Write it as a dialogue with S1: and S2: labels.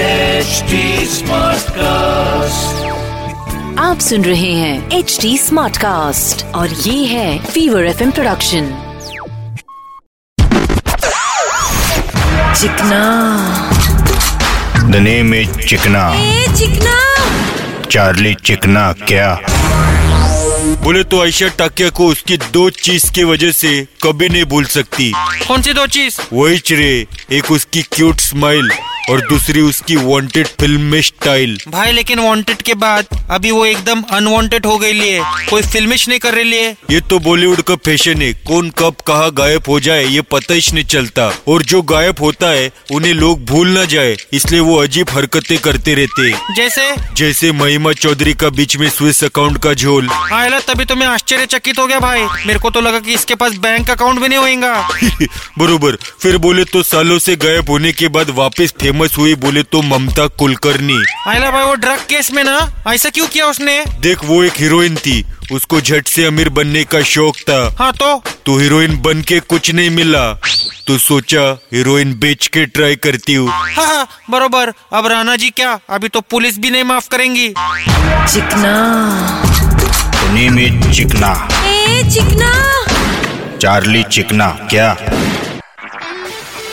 S1: HD Smartcast.
S2: आप सुन रहे हैं एच डी स्मार्ट कास्ट और ये है फीवर एफ प्रोडक्शन चिकना
S3: द नेम इज चिकना चार्ली चिकना क्या
S4: बोले तो आयशा टाकिया को उसकी दो चीज की वजह से कभी नहीं भूल सकती
S5: कौन सी दो चीज
S4: वही चरे एक उसकी क्यूट स्माइल और दूसरी उसकी वांटेड फिल्म में स्टाइल
S5: भाई लेकिन वांटेड के बाद अभी वो एकदम अनवांटेड हो गई लिए कोई फिल्मिश नहीं कर रही लिए
S4: ये तो बॉलीवुड का फैशन है कौन कब कहाँ गायब हो जाए ये पता ही नहीं चलता और जो गायब होता है उन्हें लोग भूल ना जाए इसलिए वो अजीब हरकतें करते रहते हैं।
S5: जैसे
S4: जैसे महिमा चौधरी का बीच में स्विस अकाउंट का झोल
S5: आयला तभी तो मैं आश्चर्यचकित हो गया भाई मेरे को तो लगा कि इसके पास बैंक अकाउंट भी नहीं होगा
S4: बरोबर फिर बोले तो सालों से गायब होने के बाद वापस फेमस हुई बोले तो ममता कुलकर्णी
S5: आयला भाई वो ड्रग केस में ना ऐसा क्यों किया उसने
S4: देख वो एक हीरोइन थी उसको झट से अमीर बनने का शौक था
S5: हाँ तो
S4: तो हीरोइन बन के कुछ नहीं मिला तो सोचा हीरोइन बेच के ट्राई करती हूँ
S5: हाँ हाँ बरोबर अब राणा जी क्या अभी तो पुलिस भी नहीं माफ करेंगी
S3: द नेम इज चिकना चार्ली चिकना क्या